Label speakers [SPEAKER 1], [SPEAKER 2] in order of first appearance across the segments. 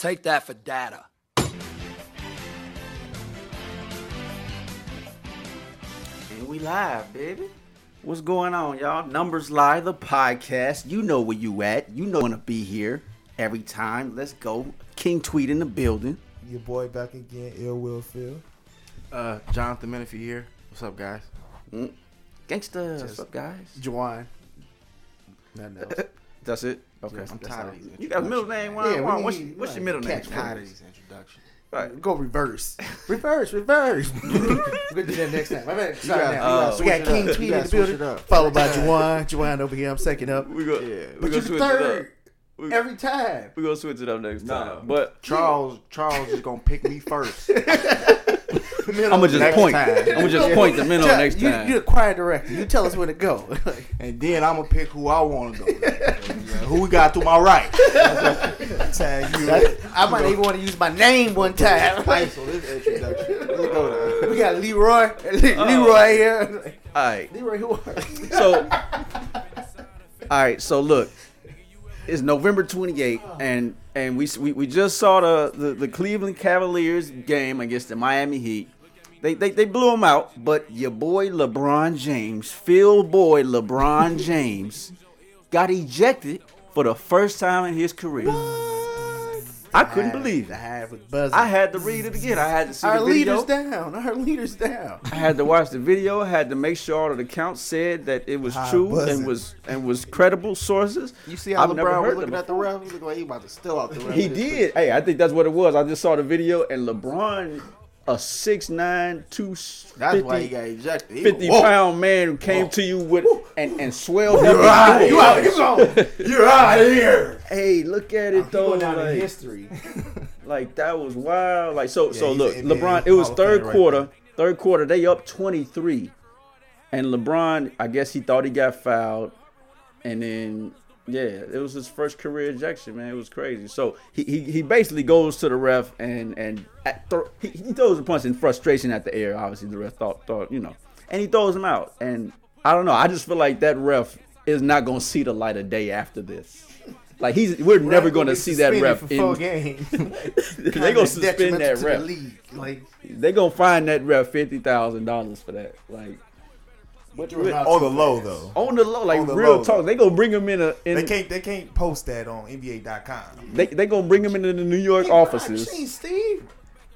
[SPEAKER 1] Take that for data.
[SPEAKER 2] And we live, baby. What's going on, y'all? Numbers Lie, the podcast. You know where you at. You know want to be here every time. Let's go. King Tweet in the building.
[SPEAKER 3] Your boy back again, Ill Will Phil.
[SPEAKER 4] Uh, Jonathan Menifee here. What's up, guys?
[SPEAKER 2] Mm. Gangsta. What's up, guys?
[SPEAKER 4] Juwan. Nothing else.
[SPEAKER 2] That's it. Okay,
[SPEAKER 4] Yes,
[SPEAKER 2] I'm
[SPEAKER 4] that's
[SPEAKER 2] tired
[SPEAKER 4] all
[SPEAKER 2] of
[SPEAKER 4] these
[SPEAKER 2] these. You got a middle name? Why,
[SPEAKER 4] Yeah,
[SPEAKER 2] why-
[SPEAKER 4] we
[SPEAKER 2] what's
[SPEAKER 4] need-
[SPEAKER 2] what's your
[SPEAKER 4] like,
[SPEAKER 2] middle name?
[SPEAKER 4] catch fire to
[SPEAKER 2] Why?
[SPEAKER 4] these introductions.
[SPEAKER 2] Right.
[SPEAKER 4] Go reverse. reverse, reverse. We're going to do that next time. My bad. Sorry,
[SPEAKER 3] gotta-
[SPEAKER 4] now.
[SPEAKER 2] you
[SPEAKER 4] we got King
[SPEAKER 3] gotta
[SPEAKER 4] Tweet in
[SPEAKER 3] switch it up. You gotta
[SPEAKER 4] the
[SPEAKER 3] switch
[SPEAKER 4] building.
[SPEAKER 3] it up.
[SPEAKER 4] Followed by Juwan. Juwan over here. I'm second up.
[SPEAKER 5] We go.
[SPEAKER 3] Yeah.
[SPEAKER 5] we
[SPEAKER 4] But
[SPEAKER 5] gonna
[SPEAKER 4] you're
[SPEAKER 5] switch
[SPEAKER 4] the
[SPEAKER 5] it up.
[SPEAKER 4] third
[SPEAKER 5] We,
[SPEAKER 4] every time.
[SPEAKER 5] we gonna switch it up next
[SPEAKER 2] No.
[SPEAKER 5] time. But
[SPEAKER 4] Charles, Charles is gonna pick me first.
[SPEAKER 2] I'ma just point.
[SPEAKER 5] I'ma just point the middle next
[SPEAKER 4] you,
[SPEAKER 5] time.
[SPEAKER 4] You're the choir director. You tell us where to go, and then I'm gonna pick who I want to go. who we got to my right?
[SPEAKER 3] Time you
[SPEAKER 4] I might even want to use my name one time.
[SPEAKER 3] cancel this introduction. Let's go
[SPEAKER 4] we got Leroy, Leroy here.
[SPEAKER 2] All right.
[SPEAKER 4] Oh. Leroy, who are? you?
[SPEAKER 2] So, all right. So look, it's November 28th, and and we we, we just saw the, the the Cleveland Cavaliers game against the Miami Heat. They, they, they blew them out, but your boy LeBron James, Phil Boy LeBron James, got ejected for the first time in his career. I couldn't believe
[SPEAKER 4] I
[SPEAKER 2] that.
[SPEAKER 4] have buzzing.
[SPEAKER 2] I had to read it again. I had to see
[SPEAKER 4] our
[SPEAKER 2] the video.
[SPEAKER 4] leaders down. Our leaders down.
[SPEAKER 2] I had to watch the video. I had to make sure all of the accounts said that it was
[SPEAKER 3] High
[SPEAKER 2] true
[SPEAKER 3] buzzing.
[SPEAKER 2] and was and was credible sources.
[SPEAKER 4] You see how
[SPEAKER 2] I've never
[SPEAKER 4] LeBron
[SPEAKER 2] heard
[SPEAKER 4] was
[SPEAKER 2] them
[SPEAKER 4] looking at the
[SPEAKER 2] before.
[SPEAKER 4] ref? He looked like he about to steal out the ref.
[SPEAKER 2] He did. Hey, I think that's what it was. I just saw the video and LeBron, a 6'9", 250
[SPEAKER 4] That's why he got ejected. He
[SPEAKER 2] 50
[SPEAKER 4] whoa.
[SPEAKER 2] pound man who came to you with and and swelled him.
[SPEAKER 4] You're out. You out. You gone. You're out of here.
[SPEAKER 2] Hey, look at
[SPEAKER 3] Oh,
[SPEAKER 2] it though.
[SPEAKER 4] Going down in
[SPEAKER 2] Like,
[SPEAKER 4] history.
[SPEAKER 2] like, that was wild. Like so so
[SPEAKER 3] he's
[SPEAKER 2] look,
[SPEAKER 3] an NBA
[SPEAKER 2] LeBron. It was
[SPEAKER 3] Hall of
[SPEAKER 2] third
[SPEAKER 3] Famer right
[SPEAKER 2] quarter. third quarter, they up twenty three, and LeBron. I guess he thought he got fouled, and then yeah, it was his first career ejection. Man, it was crazy. So he he, he basically goes to the ref and and at th- he, he throws a punch in frustration at the air. Obviously, the ref thought thought you know, and he throws him out. And I don't know. I just feel like that ref is not gonna see the light of day after this. Like he's, we're never going to see that ref.
[SPEAKER 4] for four
[SPEAKER 2] In,
[SPEAKER 4] games.
[SPEAKER 2] they gonna suspend that ref.
[SPEAKER 4] league. Like
[SPEAKER 2] They gonna find that ref fifty thousand dollers for that. Like
[SPEAKER 3] down. On the low though.
[SPEAKER 2] on the low, like
[SPEAKER 3] On the
[SPEAKER 2] real
[SPEAKER 3] low.
[SPEAKER 2] talk. They gonna bring him in a. In,
[SPEAKER 3] They
[SPEAKER 2] they,
[SPEAKER 3] can't they can't post that on NBA.com.
[SPEAKER 2] they gonna bring him into the New York offices.
[SPEAKER 4] Gee, Steve.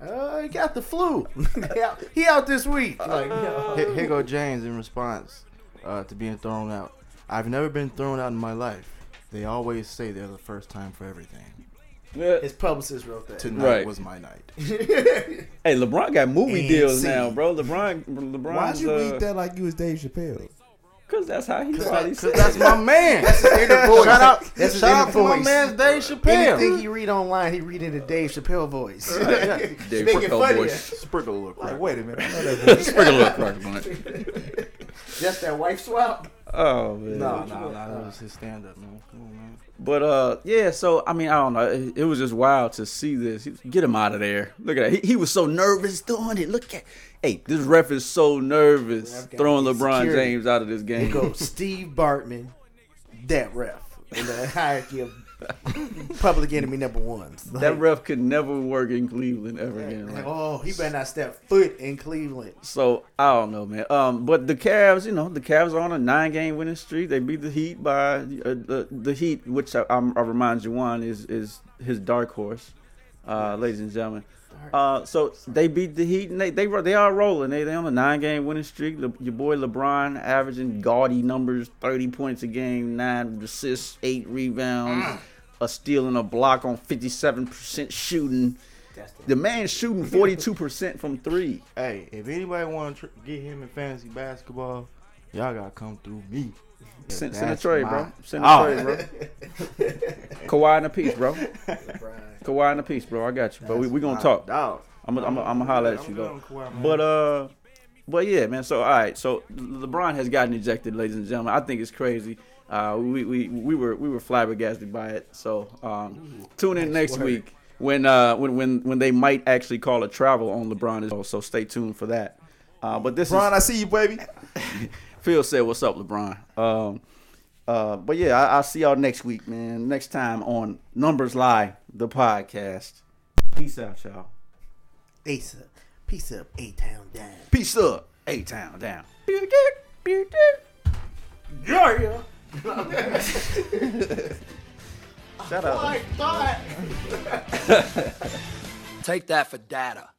[SPEAKER 4] Uh, he got the flu. he, out, he out this week. Like,
[SPEAKER 2] Uh,
[SPEAKER 5] here, here go James in response uh, to being thrown out. I've never been thrown out in my life. They always say they're the first time for everything.
[SPEAKER 2] Yeah.
[SPEAKER 4] his publicist wrote that.
[SPEAKER 5] Tonight
[SPEAKER 2] Right.
[SPEAKER 5] was my night.
[SPEAKER 2] Hey, LeBron got movie
[SPEAKER 3] And
[SPEAKER 2] deals
[SPEAKER 3] see.
[SPEAKER 2] now, bro. LeBron, LeBron.
[SPEAKER 3] Why'd you read that like you was Dave Chappelle?
[SPEAKER 2] Cause that's how he probably
[SPEAKER 5] Because
[SPEAKER 2] said.
[SPEAKER 5] that's my man.
[SPEAKER 4] Shout
[SPEAKER 5] Shout out,
[SPEAKER 4] That's his
[SPEAKER 5] shout
[SPEAKER 4] inner
[SPEAKER 5] out to my
[SPEAKER 4] voice.
[SPEAKER 5] man Dave
[SPEAKER 4] Anything
[SPEAKER 5] Chappelle.
[SPEAKER 4] he read online, he read in a Dave Chappelle voice.
[SPEAKER 2] Dave
[SPEAKER 4] Make it
[SPEAKER 2] Chappelle
[SPEAKER 4] funnier.
[SPEAKER 2] voice.
[SPEAKER 5] Sprinkle a little
[SPEAKER 3] Like,
[SPEAKER 5] crack.
[SPEAKER 3] wait a minute. I know that voice.
[SPEAKER 2] Sprinkle a little crack on it.
[SPEAKER 4] That's that wife swap.
[SPEAKER 2] Oh man.
[SPEAKER 5] No, no, no, that was his stand up, man. Come on, man.
[SPEAKER 2] But uh, yeah. So I mean, I don't know. It, it was just wild to see this. He was- Get him out of there. Look at that. He, he was so nervous doing it. Look at. Hey, this ref is so nervous
[SPEAKER 4] Ref got
[SPEAKER 2] throwing
[SPEAKER 4] his
[SPEAKER 2] LeBron
[SPEAKER 4] security.
[SPEAKER 2] James out of this
[SPEAKER 4] Here
[SPEAKER 2] game.
[SPEAKER 4] goes Steve Bartman, that ref in the hierarchy of public enemy number ones.
[SPEAKER 2] That
[SPEAKER 4] Like,
[SPEAKER 2] ref could never work in Cleveland ever again.
[SPEAKER 4] like,
[SPEAKER 2] right?
[SPEAKER 4] oh, he better not step foot in Cleveland.
[SPEAKER 2] So I don't know, man. Um, but the Cavs, you know, the Cavs are on a nine-game winning streak. They beat the Heat by uh, the the Heat, which I, I'm, I remind Juwan is is his dark horse, uh, ladies and gentlemen. Uh, so they beat the Heat, and they they ro- they are rolling. They they on a nine-game winning streak. Le, your boy LeBron averaging gaudy numbers: thirty points a game, nine assists, eight rebounds, a steal and a block on fifty-seven percent shooting. The man shooting forty-two percent from three.
[SPEAKER 5] Hey, if anybody want to tr- get him in fantasy basketball, y'all gotta come through me.
[SPEAKER 2] Send,
[SPEAKER 5] That's
[SPEAKER 2] send a trade, bro.
[SPEAKER 5] my-
[SPEAKER 2] Send a
[SPEAKER 5] Oh.
[SPEAKER 2] trade, bro. Kawhi and a piece, bro.
[SPEAKER 4] Brian.
[SPEAKER 2] Kawhi and a piece, bro. I got you, bro. We we gonna
[SPEAKER 5] My
[SPEAKER 2] talk.
[SPEAKER 5] Dog.
[SPEAKER 2] I'm gonna I'm gonna- I'm gonna holler at you
[SPEAKER 5] good on
[SPEAKER 2] though.
[SPEAKER 5] Kawhi, man.
[SPEAKER 2] But uh, but yeah, man. So all right, so LeBron has gotten ejected, ladies and gentlemen. I think it's crazy. Uh, we, we we were we were flabbergasted by it. So um, tune in next week when uh when when when they might actually call a travel on LeBron. as well. So stay tuned for that. Uh, but this is
[SPEAKER 3] Ron, I see you, baby.
[SPEAKER 2] Phil said, "What's up, LeBron?" Um, Uh, but yeah, I, I'll see y'all next week, man. Next time on Numbers Lie, the podcast. Peace out, y'all.
[SPEAKER 4] Ace up. Peace up, A Town Down.
[SPEAKER 2] Peace up. A Town down.
[SPEAKER 4] Yeah,
[SPEAKER 2] Shout out.
[SPEAKER 4] yeah.
[SPEAKER 1] Take that for data.